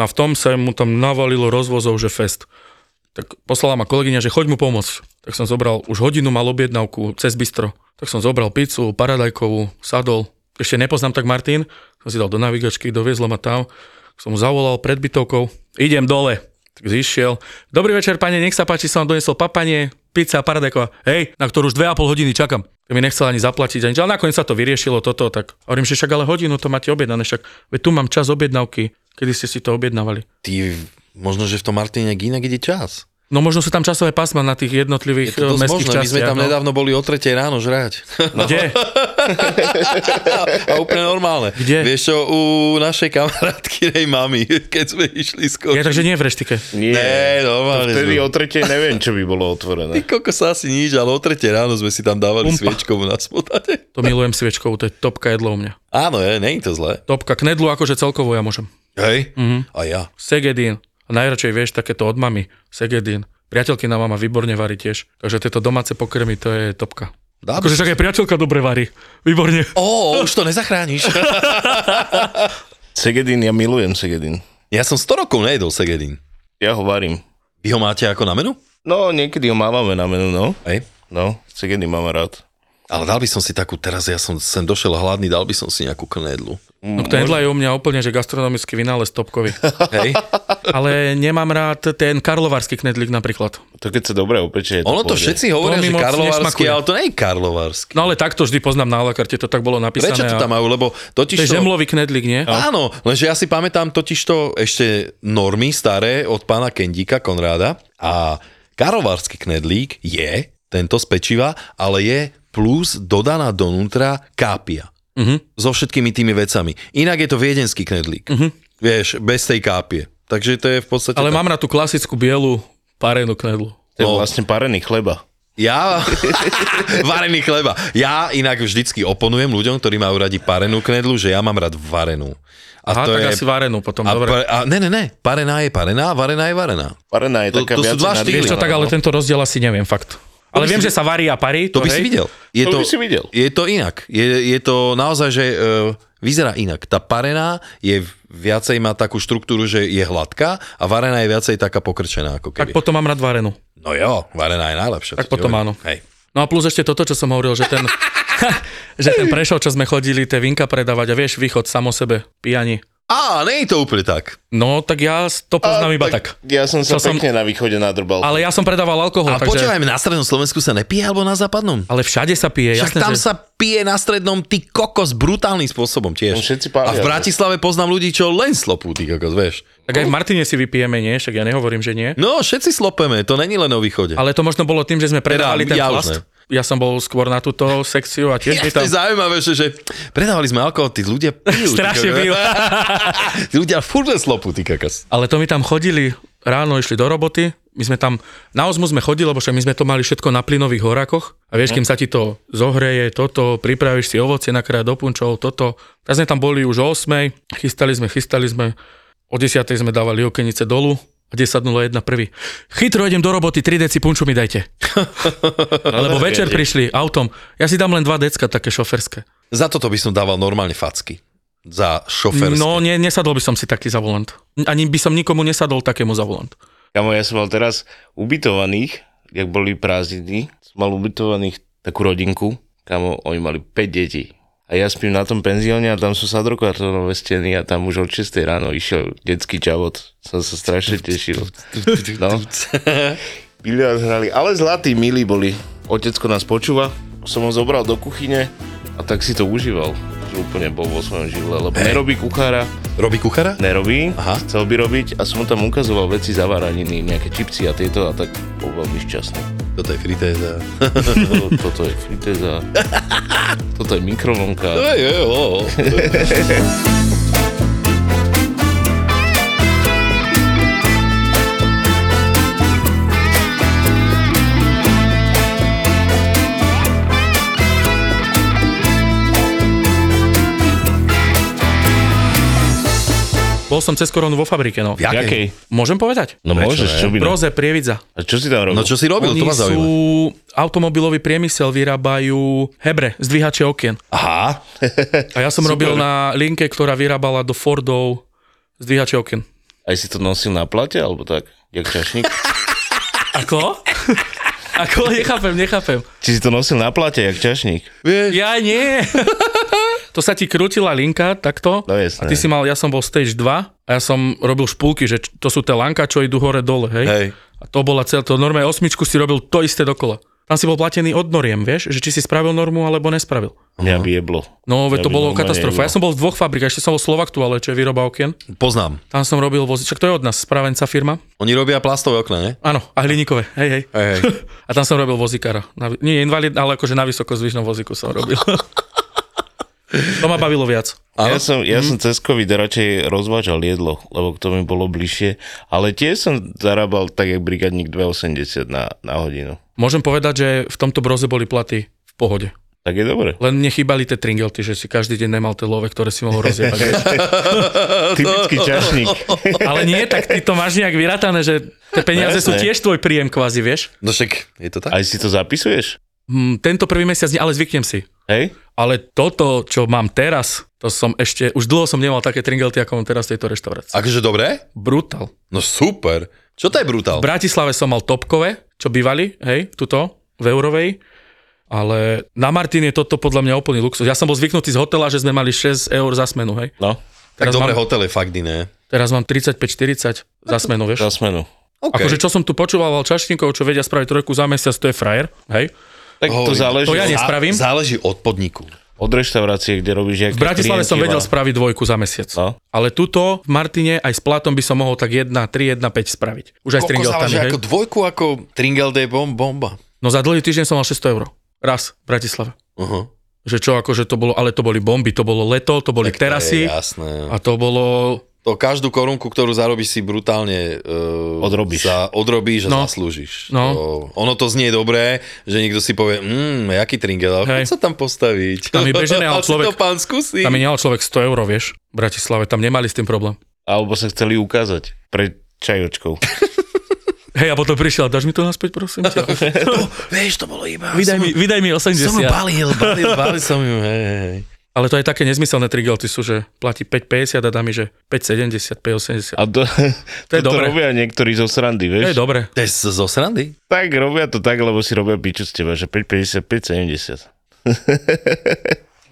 Speaker 3: No a v tom sa mu tam navalilo rozvozov, že fest. Tak poslala ma kolegyňa, že choď mu pomôcť. Tak som zobral, už hodinu mal objednávku cez bistro. Tak som zobral pizzu, paradajkovú, sadol. Ešte nepoznám tak Martin, som si dal do navigačky, doviezlo ma tam. Som mu zavolal pred bytovkou, idem dole. Tak zišiel. Dobrý večer, pane, nech sa páči, som vám donesol papanie, pizza, paradajková. Hej, na ktorú už 2,5 hodiny čakám. Tak mi nechcel ani zaplatiť, ani, ale nakoniec sa to vyriešilo toto, tak hovorím, že však ale hodinu to máte objednané, však veď tu mám čas objednávky, kedy ste si to objednávali.
Speaker 2: Ty, možno, že v tom Martine inak ide čas.
Speaker 3: No možno sú tam časové pásma na tých
Speaker 2: Je
Speaker 3: jednotlivých
Speaker 2: to
Speaker 3: eh,
Speaker 2: dosť
Speaker 3: mestských
Speaker 2: možné, my sme
Speaker 3: častiach.
Speaker 2: tam
Speaker 3: no.
Speaker 2: nedávno boli o tretej ráno žrať.
Speaker 3: Kde?
Speaker 2: A úplne normálne.
Speaker 3: Kde?
Speaker 2: Vieš čo, u našej kamarátky jej mami, keď sme išli skočiť.
Speaker 3: Ja, takže nie v reštike.
Speaker 4: Nie,
Speaker 2: Ne, normálne
Speaker 4: To Vtedy
Speaker 2: sme-
Speaker 4: o tretej neviem, čo by bolo
Speaker 2: Ty
Speaker 4: otvorené.
Speaker 2: kokos asi nič, ale o tretie ráno sme si tam dávali
Speaker 3: Umpa.
Speaker 2: sviečkovú na smotane.
Speaker 3: To milujem sviečkou, to je topka jedlo u mňa.
Speaker 2: Áno, je, nie je to zlé.
Speaker 3: Topka knedlu akože celkovo ja môžem.
Speaker 2: Hej?
Speaker 3: Mhm.
Speaker 2: Mm-hmm. A ja.
Speaker 3: Segedín. A najradšej vieš takéto od mami. Segedín. Priateľky na mama výborne varí tiež. Takže tieto domáce pokrmy, to je topka.
Speaker 2: Dá
Speaker 3: Akože však aj priateľka dobre varí. Výborne.
Speaker 2: Ó, už to nezachrániš.
Speaker 4: Segedin, ja milujem Segedin.
Speaker 2: ja som 100 rokov nejedol segedín.
Speaker 4: Ja ho varím.
Speaker 2: Vy ho máte ako na menu?
Speaker 4: No, niekedy ho mávame na menu, no.
Speaker 2: Hej.
Speaker 4: No, Segedin mám rád.
Speaker 2: Ale dal by som si takú, teraz ja som sem došiel hladný, dal by som si nejakú knedlu.
Speaker 3: No knedla je u mňa úplne, že gastronomický vynález topkový.
Speaker 2: Hej.
Speaker 3: Ale nemám rád ten karlovarský knedlík napríklad.
Speaker 4: To keď sa dobre opečie, je
Speaker 2: Ono to
Speaker 4: v pohode.
Speaker 2: všetci hovoria,
Speaker 3: To mi
Speaker 2: že
Speaker 3: moc
Speaker 2: karlovarský,
Speaker 3: nesmakuje.
Speaker 2: ale to nie je karlovarský.
Speaker 3: No ale takto vždy poznám na alakarte, to tak bolo napísané.
Speaker 2: Prečo to tam
Speaker 3: a...
Speaker 2: majú? Lebo totiž
Speaker 3: To je žemlový knedlík, nie?
Speaker 2: Áno, lenže ja si pamätám totižto ešte normy staré od pána Kendíka Konráda a karovársky knedlík je tento z pečiva, ale je plus dodaná donútra kápia. Uh-huh.
Speaker 3: Mhm.
Speaker 2: So všetkými tými vecami. Inak je to viedenský knedlík. Uh-huh. Vieš, bez tej kápie. Takže to je v podstate...
Speaker 3: Ale
Speaker 2: tak.
Speaker 3: mám na tú klasickú bielu parenú knedlu.
Speaker 4: To je
Speaker 2: No.
Speaker 4: vlastne parený chleba.
Speaker 2: Ja, varený chleba. Ja inak vždycky oponujem ľuďom, ktorí majú radi parenú knedlu, že ja mám rád varenú. A
Speaker 3: Aha, tak asi varenú potom,
Speaker 2: A, pre,
Speaker 3: dobre.
Speaker 2: a ne, ne, ne, parená je parená, varená je varená.
Speaker 4: Parená je
Speaker 2: To-
Speaker 4: taká
Speaker 2: to sú
Speaker 4: viacej
Speaker 2: dva
Speaker 4: nadýchaná,
Speaker 2: štýly.
Speaker 3: Vieš čo, tak ale tento rozdiel asi neviem fakt.
Speaker 2: no.
Speaker 3: Ale
Speaker 2: by
Speaker 3: viem,
Speaker 2: si-
Speaker 3: že sa varí a parí.
Speaker 2: To by
Speaker 3: No hej.
Speaker 2: si videl. Je
Speaker 4: To by si videl.
Speaker 2: Je to inak. Je, je to naozaj, že e, vyzerá inak. Tá parená je v- viacej má takú štruktúru, že je hladká a varená je viacej taká pokrčená ako
Speaker 3: Tak
Speaker 2: keby.
Speaker 3: potom mám rád varenú.
Speaker 2: No jo, varená je najlepšia.
Speaker 3: Tak
Speaker 2: to ti
Speaker 3: potom
Speaker 2: hovorím.
Speaker 3: áno.
Speaker 2: Hej.
Speaker 3: No a plus ešte toto, čo som hovoril, že ten, že ten prešov, čo sme chodili, tie vinka predávať a vieš, východ samo sebe, pijani.
Speaker 2: Á, nie je to úplne tak.
Speaker 3: No, tak ja to poznám iba tak.
Speaker 4: Ja som sa
Speaker 3: To som-
Speaker 4: pekne na východe nadrbal.
Speaker 3: Ale ja som predával
Speaker 2: A
Speaker 3: alkohol, takže...
Speaker 2: počúvajme, na strednom Slovensku sa nepije alebo na západnom?
Speaker 3: Ale všade sa pije,
Speaker 2: Však
Speaker 3: jasné,
Speaker 2: tam
Speaker 3: že...
Speaker 2: sa pije na strednom ty kokos brutálnym spôsobom tiež.
Speaker 4: No všetci pália,
Speaker 2: a v Bratislave poznám ľudí, čo len slopú ty kokos, vieš.
Speaker 3: Tak aj v Martine si vypijeme, nie? Však ja nehovorím, že nie.
Speaker 2: No, všetci slopeme, to není len o východe.
Speaker 3: Ale to možno bolo tým, že sme predávali ten
Speaker 2: Teda ja už
Speaker 3: plast. Ja som bol skôr na túto sekciu a tiež mi
Speaker 2: Je to
Speaker 3: tam...
Speaker 2: je zaujímavé, že, že predávali sme alkohol, tí ľudia pijú. ty
Speaker 3: Strašne
Speaker 2: kokos.
Speaker 3: pijú.
Speaker 2: Tí ľudia furt len slopu, ty kakas.
Speaker 3: Ale to my tam chodili, ráno išli do roboty, my sme tam, na ozmu sme chodili, lebo však my sme to mali všetko na plynových horákoch. A vieš, kým sa ti to zohreje, toto, pripravíš si ovocie, nakrája do punčov, toto. Tak sme tam boli už o 8, chystali sme, chystali sme. O 10 sme dávali okenice dolu, a 10.01 prvý. Chytro idem do roboty, 3 deci punču mi dajte. Lebo večer prišli autom. Ja si dám len 2 decka také šoferské.
Speaker 2: Za toto by som dával normálne facky. Za šoferské.
Speaker 3: No, ne, nesadol by som si taký za volant. Ani by som nikomu nesadol takému za volant.
Speaker 4: Kamo, ja som mal teraz ubytovaných, jak boli prázdniny, som mal ubytovaných takú rodinku, kamo, oni mali 5 detí. A ja spím na tom penzióne a tam sú sadrokartónové steny a tam už od 6 ráno išiel detský čavot. Som sa strašne tešil. No. Biliard hrali, ale zlatí milí boli. Otecko nás počúva, som ho zobral do kuchyne a tak si to užíval. Že úplne bol vo svojom živle, lebo nerobí kuchára,
Speaker 2: Robí kuchára?
Speaker 4: nerobí,
Speaker 2: Aha.
Speaker 4: Aha. chcel by robiť a som mu tam ukazoval veci zaváraniny, nejaké čipsy a tieto a tak bol veľmi šťastný.
Speaker 2: Toto je fritéza.
Speaker 4: To, toto je fritéza, toto je mikrovlnka.
Speaker 2: Ej, ej, o, o.
Speaker 3: Bol som cez koronu vo fabrike, no.
Speaker 2: V jakej?
Speaker 4: Jakej?
Speaker 3: Môžem povedať?
Speaker 4: No
Speaker 2: Prečo
Speaker 4: môžeš,
Speaker 2: ne?
Speaker 4: čo by... no?
Speaker 3: Broze, Prievidza.
Speaker 4: A čo si tam robil?
Speaker 2: No čo si robil,
Speaker 3: Oni
Speaker 2: to ma
Speaker 3: sú,
Speaker 2: zaujíma.
Speaker 3: automobilový priemysel vyrábajú Hebre, zdvíhače okien.
Speaker 2: Aha,
Speaker 3: A ja som robil na linke, ktorá vyrábala do Fordov zdvíhače okien.
Speaker 4: Aj si to nosil na plate alebo tak? Jak čašník?
Speaker 3: Ako? Ako? Nechápem, nechápem.
Speaker 4: Či si to nosil na plate, jak čašník?
Speaker 3: Ja nie. To sa ti krútila linka takto
Speaker 4: No
Speaker 3: a
Speaker 4: jasné.
Speaker 3: ty si mal, ja som bol stage 2 a ja som robil špulky, že č- to sú tie lanka, čo idú hore-dole, hej?
Speaker 2: Hej.
Speaker 3: A to bola celá, to normálne osmičku si robil to isté dokola. Tam si bol platený od noriem, vieš, že či si spravil normu alebo nespravil.
Speaker 4: Mňa by jeblo.
Speaker 3: No, veď
Speaker 4: Ja
Speaker 3: to
Speaker 4: by
Speaker 3: bolo
Speaker 4: normálne
Speaker 3: katastrofa.
Speaker 4: jeblo.
Speaker 3: Ja som bol v dvoch fabrikách, ešte som bol v Slovaktu, ale čo je výroba okien.
Speaker 2: poznám.
Speaker 3: Tam som robil vozy, však to je od nás, spravenca firma.
Speaker 2: Oni robia plastové okna, ne?
Speaker 3: Áno, a hliníkové, hej, hej.
Speaker 2: Hej, hej.
Speaker 3: A tam som robil vozikára. Na, vi- nie invalid, ale akože na vysoko zvyšnom voziku som robil. To ma bavilo viac.
Speaker 4: Ja som,
Speaker 2: Mhm.
Speaker 4: ja som cez COVID radšej rozvážal jedlo, lebo to mi bolo bližšie, ale tiež som zarábal tak, jak brigadník 2,80 na, na hodinu.
Speaker 3: Môžem povedať, že v tomto broze boli platy v pohode.
Speaker 4: Tak je dobre.
Speaker 3: Len mne chýbali tie tringelty, že si každý deň nemal tie love, ktoré si mohol rozjebať. vieš.
Speaker 4: Typický čašník.
Speaker 3: Ale nie, tak ty to máš nejak vyratané, že tie peniaze sú
Speaker 4: Jasné.
Speaker 3: tiež tvoj príjem kvázi, vieš.
Speaker 2: No však, je to tak?
Speaker 4: Aj si to zapisuješ?
Speaker 3: Hm, Tento prvý mesiac, nie, ale zvyknem si.
Speaker 4: Hej?
Speaker 3: Ale toto, čo mám teraz, to som ešte, už dlho som nemal také tringelty, ako mám teraz v tejto reštaurácii.
Speaker 2: Akože dobré?
Speaker 3: Brutál.
Speaker 2: No super. Čo to je brutál?
Speaker 3: V Bratislave som mal topkové, čo bývali, hej, tuto, v Eurovej. Ale na Martin je toto podľa mňa úplný luxus. Ja som bol zvyknutý z hotela, že sme mali 6 eur za smenu, hej.
Speaker 4: No,
Speaker 2: tak
Speaker 3: Teraz,
Speaker 2: dobré
Speaker 3: mám,
Speaker 2: hotele, fakt iné.
Speaker 3: teraz mám 35-40
Speaker 2: No
Speaker 3: za smenu, vieš.
Speaker 4: za smenu.
Speaker 2: Okay.
Speaker 3: Akože čo som tu počúval čašníkov, čo vedia spraviť trojku za mesiac, to je frajer, hej.
Speaker 4: Tak to
Speaker 2: Hovorím,
Speaker 4: záleží
Speaker 3: to ja
Speaker 4: od-
Speaker 3: nespravím.
Speaker 2: Záleží od podniku.
Speaker 4: od reštaurácie, kde robíš nejaké
Speaker 3: V Bratislave som vedel
Speaker 4: klientíla.
Speaker 3: spraviť dvojku za mesiac.
Speaker 4: No.
Speaker 3: Ale tuto v Martine aj s platom by som mohol tak 1, 3, 1, 5 spraviť. Už aj s
Speaker 2: Koľko
Speaker 3: tringeltami,
Speaker 2: záleží
Speaker 3: hej.
Speaker 2: ako dvojku, ako tringel je bom, bomba.
Speaker 3: No za dlhý týždeň som mal 600 eur. Raz v Bratislave.
Speaker 2: Uh-huh.
Speaker 3: Že čo, akože to bolo, ale to boli bomby, to bolo leto, to boli
Speaker 2: Tak to je
Speaker 3: terasy
Speaker 2: Jasné.
Speaker 3: a to bolo...
Speaker 2: To každú korunku, ktorú zarobíš, si brutálne uh,
Speaker 4: Odrobíš.
Speaker 2: Za, odrobíš a
Speaker 3: No.
Speaker 2: zaslúžiš.
Speaker 3: No.
Speaker 2: To, ono to znie dobré, že niekto si povie, mmm, jaký tringel, ale poď
Speaker 3: Hej.
Speaker 2: sa tam postaviť.
Speaker 3: Tam je bežne, ale
Speaker 2: ale si
Speaker 3: človek-
Speaker 2: to pán skúsi.
Speaker 3: Tam je nehal človek 100 eur, vieš, v Bratislave. Tam nemali s tým problém.
Speaker 4: Alebo sa chceli ukázať pred čajočkou.
Speaker 3: Hej, a potom prišiel, dáš mi to naspäť, prosím ťa.
Speaker 2: Vieš, to bolo iba.
Speaker 3: Vydaj
Speaker 2: som-
Speaker 3: mi, vydaj mi
Speaker 2: Som ju
Speaker 3: 80.
Speaker 2: balil, balil, balil som ju, hej, hej, hej.
Speaker 3: Ale to aj také nezmyselné trigelty sú, že platí 5,50 a dá mi, že 5,70, 5,80.
Speaker 4: A to,
Speaker 3: To je
Speaker 4: to
Speaker 3: dobre.
Speaker 4: robia niektorí zo srandy,
Speaker 3: To je
Speaker 4: vieš?
Speaker 3: dobre.
Speaker 2: To je z- zo srandy?
Speaker 4: tak robia to tak, lebo si robia piču z teba, že 5,50, 5,70.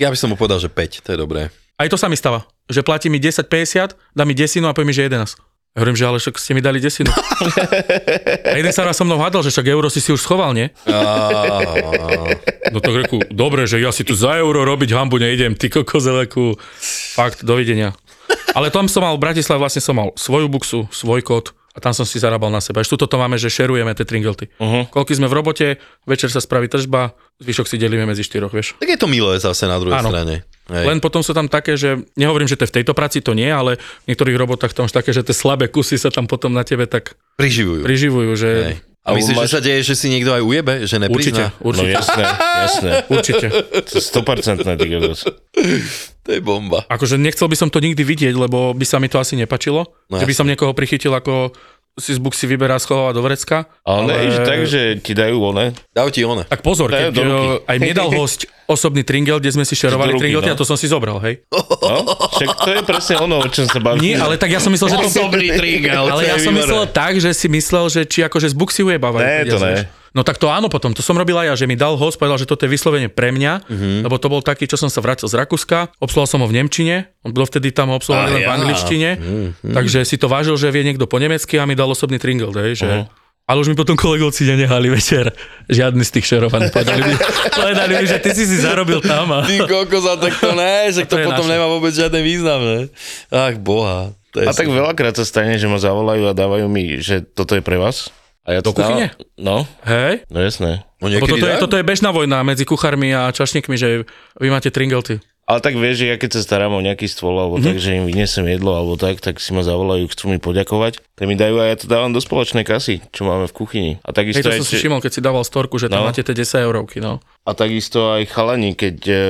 Speaker 2: Ja by som mu povedal, že 5, to je dobré.
Speaker 3: Aj to sa mi stáva, že platí mi 10,50, dá mi desinu a povie mi, že 11. Ja hovorím, že ale však ste mi dali desinu. a jeden sa raz so mnou hádal, že však euro si si už schoval, nie? No tak reku, dobre, že ja si tu za euro robiť hambu neidem, ty kokozeleku. Fakt, dovidenia. Ale tam som mal, v Bratislave vlastne som mal svoju buksu, svoj kód a tam som si zarábal na seba. Ešte toto máme, že šerujeme tie tringelty. Uh-huh. Koľko sme v robote, večer sa spraví tržba, zvyšok si delíme medzi štyroch, vieš.
Speaker 2: Tak je to milé zase na druhej
Speaker 3: Áno.
Speaker 2: strane. Hej.
Speaker 3: Len potom sú tam také, že nehovorím, že to je v tejto práci, to nie, ale v niektorých robotách tam už také, že tie slabé kusy sa tam potom na tebe tak
Speaker 2: Priživujú.
Speaker 3: priživujú, že
Speaker 2: Hej. A myslíš, že sa deje, že si niekto aj ujebe? Že
Speaker 3: určite,
Speaker 2: neprizná?
Speaker 4: No
Speaker 3: určite,
Speaker 4: jasné, jasné.
Speaker 3: určite.
Speaker 4: To je 100% ty kokos.
Speaker 2: To je bomba.
Speaker 3: Akože nechcel by som to nikdy vidieť, lebo by sa mi to asi nepačilo,
Speaker 2: No
Speaker 3: že by som niekoho prichytil ako si z buksy vyberá schová do vrecka.
Speaker 4: Ale, ale... Ideš tak, že ti dajú one.
Speaker 2: Dajú ti one.
Speaker 3: Tak pozor,
Speaker 4: Dajú
Speaker 3: keď
Speaker 4: do ruky.
Speaker 3: e, aj mne dal host osobný tringel, kde sme si šerovali
Speaker 4: ruky,
Speaker 3: tringelty
Speaker 4: no.
Speaker 3: a to som si zobral, hej.
Speaker 4: No? Však to je presne ono, o čom sa bavíme.
Speaker 3: Nie, ale tak ja som myslel, že to...
Speaker 4: tringel.
Speaker 3: Ale ja som myslel tak, že si myslel, že či akože z buksy ujebávajú.
Speaker 4: Ne,
Speaker 3: ľudia,
Speaker 4: to ne.
Speaker 3: vieš. No tak to áno potom, to som robil aj ja, že mi dal host, povedal, že toto je vyslovene pre mňa, lebo to bol taký, čo som sa vrátil z Rakúska, obsloval som ho v Nemčine, on bol vtedy tam ho obsluhoval
Speaker 4: Á,
Speaker 3: len v
Speaker 4: ja.
Speaker 3: angličtine, takže si to vážil, že vie niekto po nemecky a mi dal osobný tringel, hej, že... Ale už mi potom kolegovci nenehali večer. Žiadny z tých šerovaných. Povedali mi, povedali mi, že ty si si zarobil tam. A...
Speaker 2: Ty kokos, a tak to ne, že to,
Speaker 3: je
Speaker 2: potom
Speaker 3: naše.
Speaker 2: nemá vôbec žiaden význam, ne? Ach, boha. To je
Speaker 4: A tak
Speaker 2: super.
Speaker 4: veľakrát sa stane, že ma zavolajú a dávajú mi, že toto je pre vás. A ja
Speaker 3: Do
Speaker 4: stále-
Speaker 3: kuchyne?
Speaker 4: No,
Speaker 3: Hej?
Speaker 4: no jasné.
Speaker 2: no,
Speaker 3: Lebo
Speaker 2: niekedy
Speaker 3: toto je,
Speaker 2: dajú.
Speaker 3: toto je bežná vojna medzi kuchármi a čašníkmi, že vy máte tringelty.
Speaker 4: Ale tak vieš, že ja keď sa starám o nejaký stôl, alebo
Speaker 3: Mhm.
Speaker 4: mm-hmm. tak, že im vynesem jedlo, alebo tak, tak si ma zavolajú, chcú mi poďakovať, tak mi dajú a ja to dávam do spoločnej kasy, čo máme v kuchyni.
Speaker 3: Hej,
Speaker 4: A takisto,
Speaker 3: to
Speaker 4: aj,
Speaker 3: som si
Speaker 4: tie-
Speaker 3: všimol, keď si dával storku, že tam
Speaker 4: No.
Speaker 3: máte tie 10 eurovky, no.
Speaker 4: a takisto aj chalani, keď e,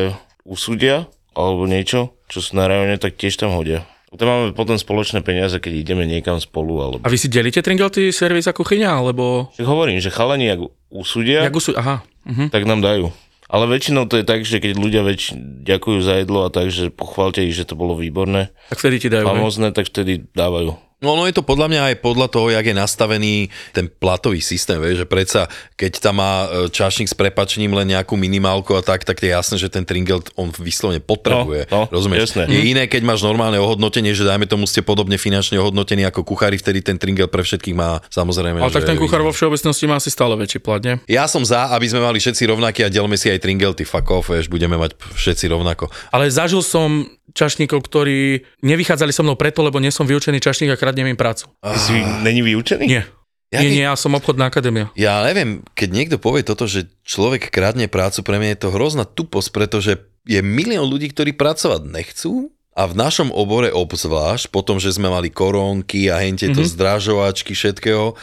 Speaker 4: usúdia, alebo niečo, čo sú na rajone, tak tiež tam hodia. To máme potom spoločné peniaze, keď ideme niekam spolu, alebo...
Speaker 3: A vy si delíte tringelty, servis a kuchyňa, alebo...
Speaker 4: Tak hovorím, že chalani, ak usúdia,
Speaker 3: Jak usú... Aha. Mhm.
Speaker 4: tak nám dajú. Ale väčšinou to je tak, že keď ľudia väč... ďakujú za jedlo a tak, že pochválte ich, že to bolo výborné,
Speaker 3: Tak vtedy ti dajú. hej?
Speaker 4: famozne, tak vtedy dávajú.
Speaker 2: No ono je to podľa mňa aj podľa toho, jak je nastavený ten platový systém, vieš, že predsa, keď tam má e, čašník s prepačením len nejakú minimálku a tak, tak je jasné, že ten tringel on vyslovene potrebuje.
Speaker 4: No, no,
Speaker 2: rozumieš?
Speaker 4: jasné.
Speaker 2: Je iné, keď máš normálne ohodnotenie, že dajme tomu ste podobne finančne ohodnotení ako kuchári, vtedy ten tringel pre všetkých má samozrejme.
Speaker 3: Ale tak
Speaker 2: že
Speaker 3: ten kuchár
Speaker 2: význam.
Speaker 3: vo všeobecnosti má asi stále väčší plat, nie?
Speaker 2: Ja som za, aby sme mali všetci rovnakí a delme si aj tringelty, fuck off, vieš, budeme mať všetci rovnako.
Speaker 3: Ale zažil som čašníkov, ktorí nevychádzali so mnou preto, lebo nie som vyučený čašník a kradnem im prácu.
Speaker 4: Ty si není vyučený?
Speaker 3: Nie.
Speaker 2: Ja
Speaker 3: Nie,
Speaker 2: keď-
Speaker 3: nie, ja som obchodná akadémia.
Speaker 2: Ja neviem, keď niekto povie toto, že človek kradne prácu, pre mňa je to hrozná tuposť, pretože je milión ľudí, ktorí pracovať nechcú a v našom obore obzvlášť, potom, že sme mali korónky a hente
Speaker 3: Mhm.
Speaker 2: to mm-hmm. zdražovačky, všetkého,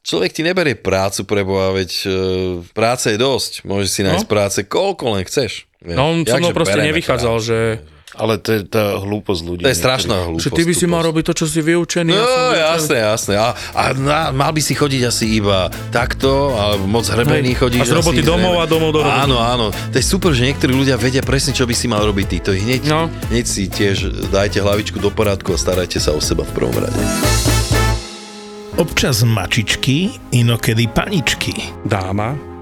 Speaker 2: človek ti neberie prácu, preboha, veď e, práce je dosť, môžeš si nájsť no? práce koľko len chceš.
Speaker 3: No on so mnou proste nevychádzal,
Speaker 2: teda
Speaker 3: prácu. že...
Speaker 4: Ale to je tá hlúposť ľudí.
Speaker 2: To je strašná hlúposť.
Speaker 3: Že ty by si mal robiť to, čo si
Speaker 2: No,
Speaker 3: vyučený.
Speaker 2: ja jasné, jasné. A, a na, mal by si chodiť asi iba takto, alebo moc hrebený
Speaker 3: Hej.
Speaker 2: chodíš.
Speaker 3: A z
Speaker 2: asi,
Speaker 3: roboty domov a
Speaker 2: neviem.
Speaker 3: domov do roboty.
Speaker 2: Áno, áno. To je super, že niektorí ľudia vedia presne, čo by si mal robiť ty. To je hneď, no.
Speaker 3: No.
Speaker 2: hneď si tiež dajte hlavičku do porádku a starajte sa o seba v prvom rade.
Speaker 1: Občas mačičky, inokedy paničky.
Speaker 5: dáma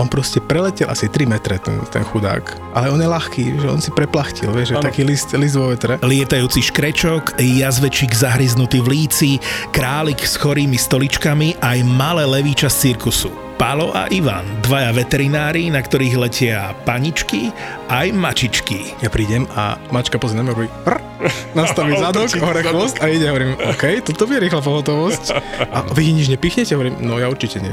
Speaker 6: On proste preletel asi 3 metre, ten, ten chudák. Ale on je ľahký, že on si preplachtil, vieš, že taký list, list vo vetre.
Speaker 1: Lietajúci škrečok, jazvečík zahryznutý v líci, králik s chorými stoličkami aj malé levíča z cirkusu. Palo a Ivan, dvaja veterinári, na ktorých letia paničky aj mačičky.
Speaker 6: Ja prídem a mačka pozrie na mňa, hovorí, "Prr." nastaví zadok, hore chvost a ide, hovorím, OK, toto bude rýchla pohotovosť. A vy nič nepichnete? Hovorím, no ja určite nie.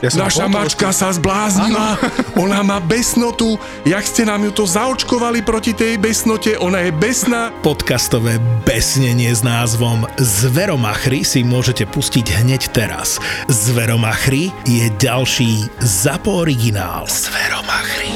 Speaker 6: Ja som
Speaker 5: Naša
Speaker 6: pohotovosť-
Speaker 5: mačka sa zbláznila, ona má besnotu, jak ste nám ju to zaočkovali proti tej besnote, ona je besná.
Speaker 1: Podcastové besnenie s názvom Zveromachry si môžete pustiť hneď teraz. Zveromachry je ďalší ZAPO originál. Zveromachry.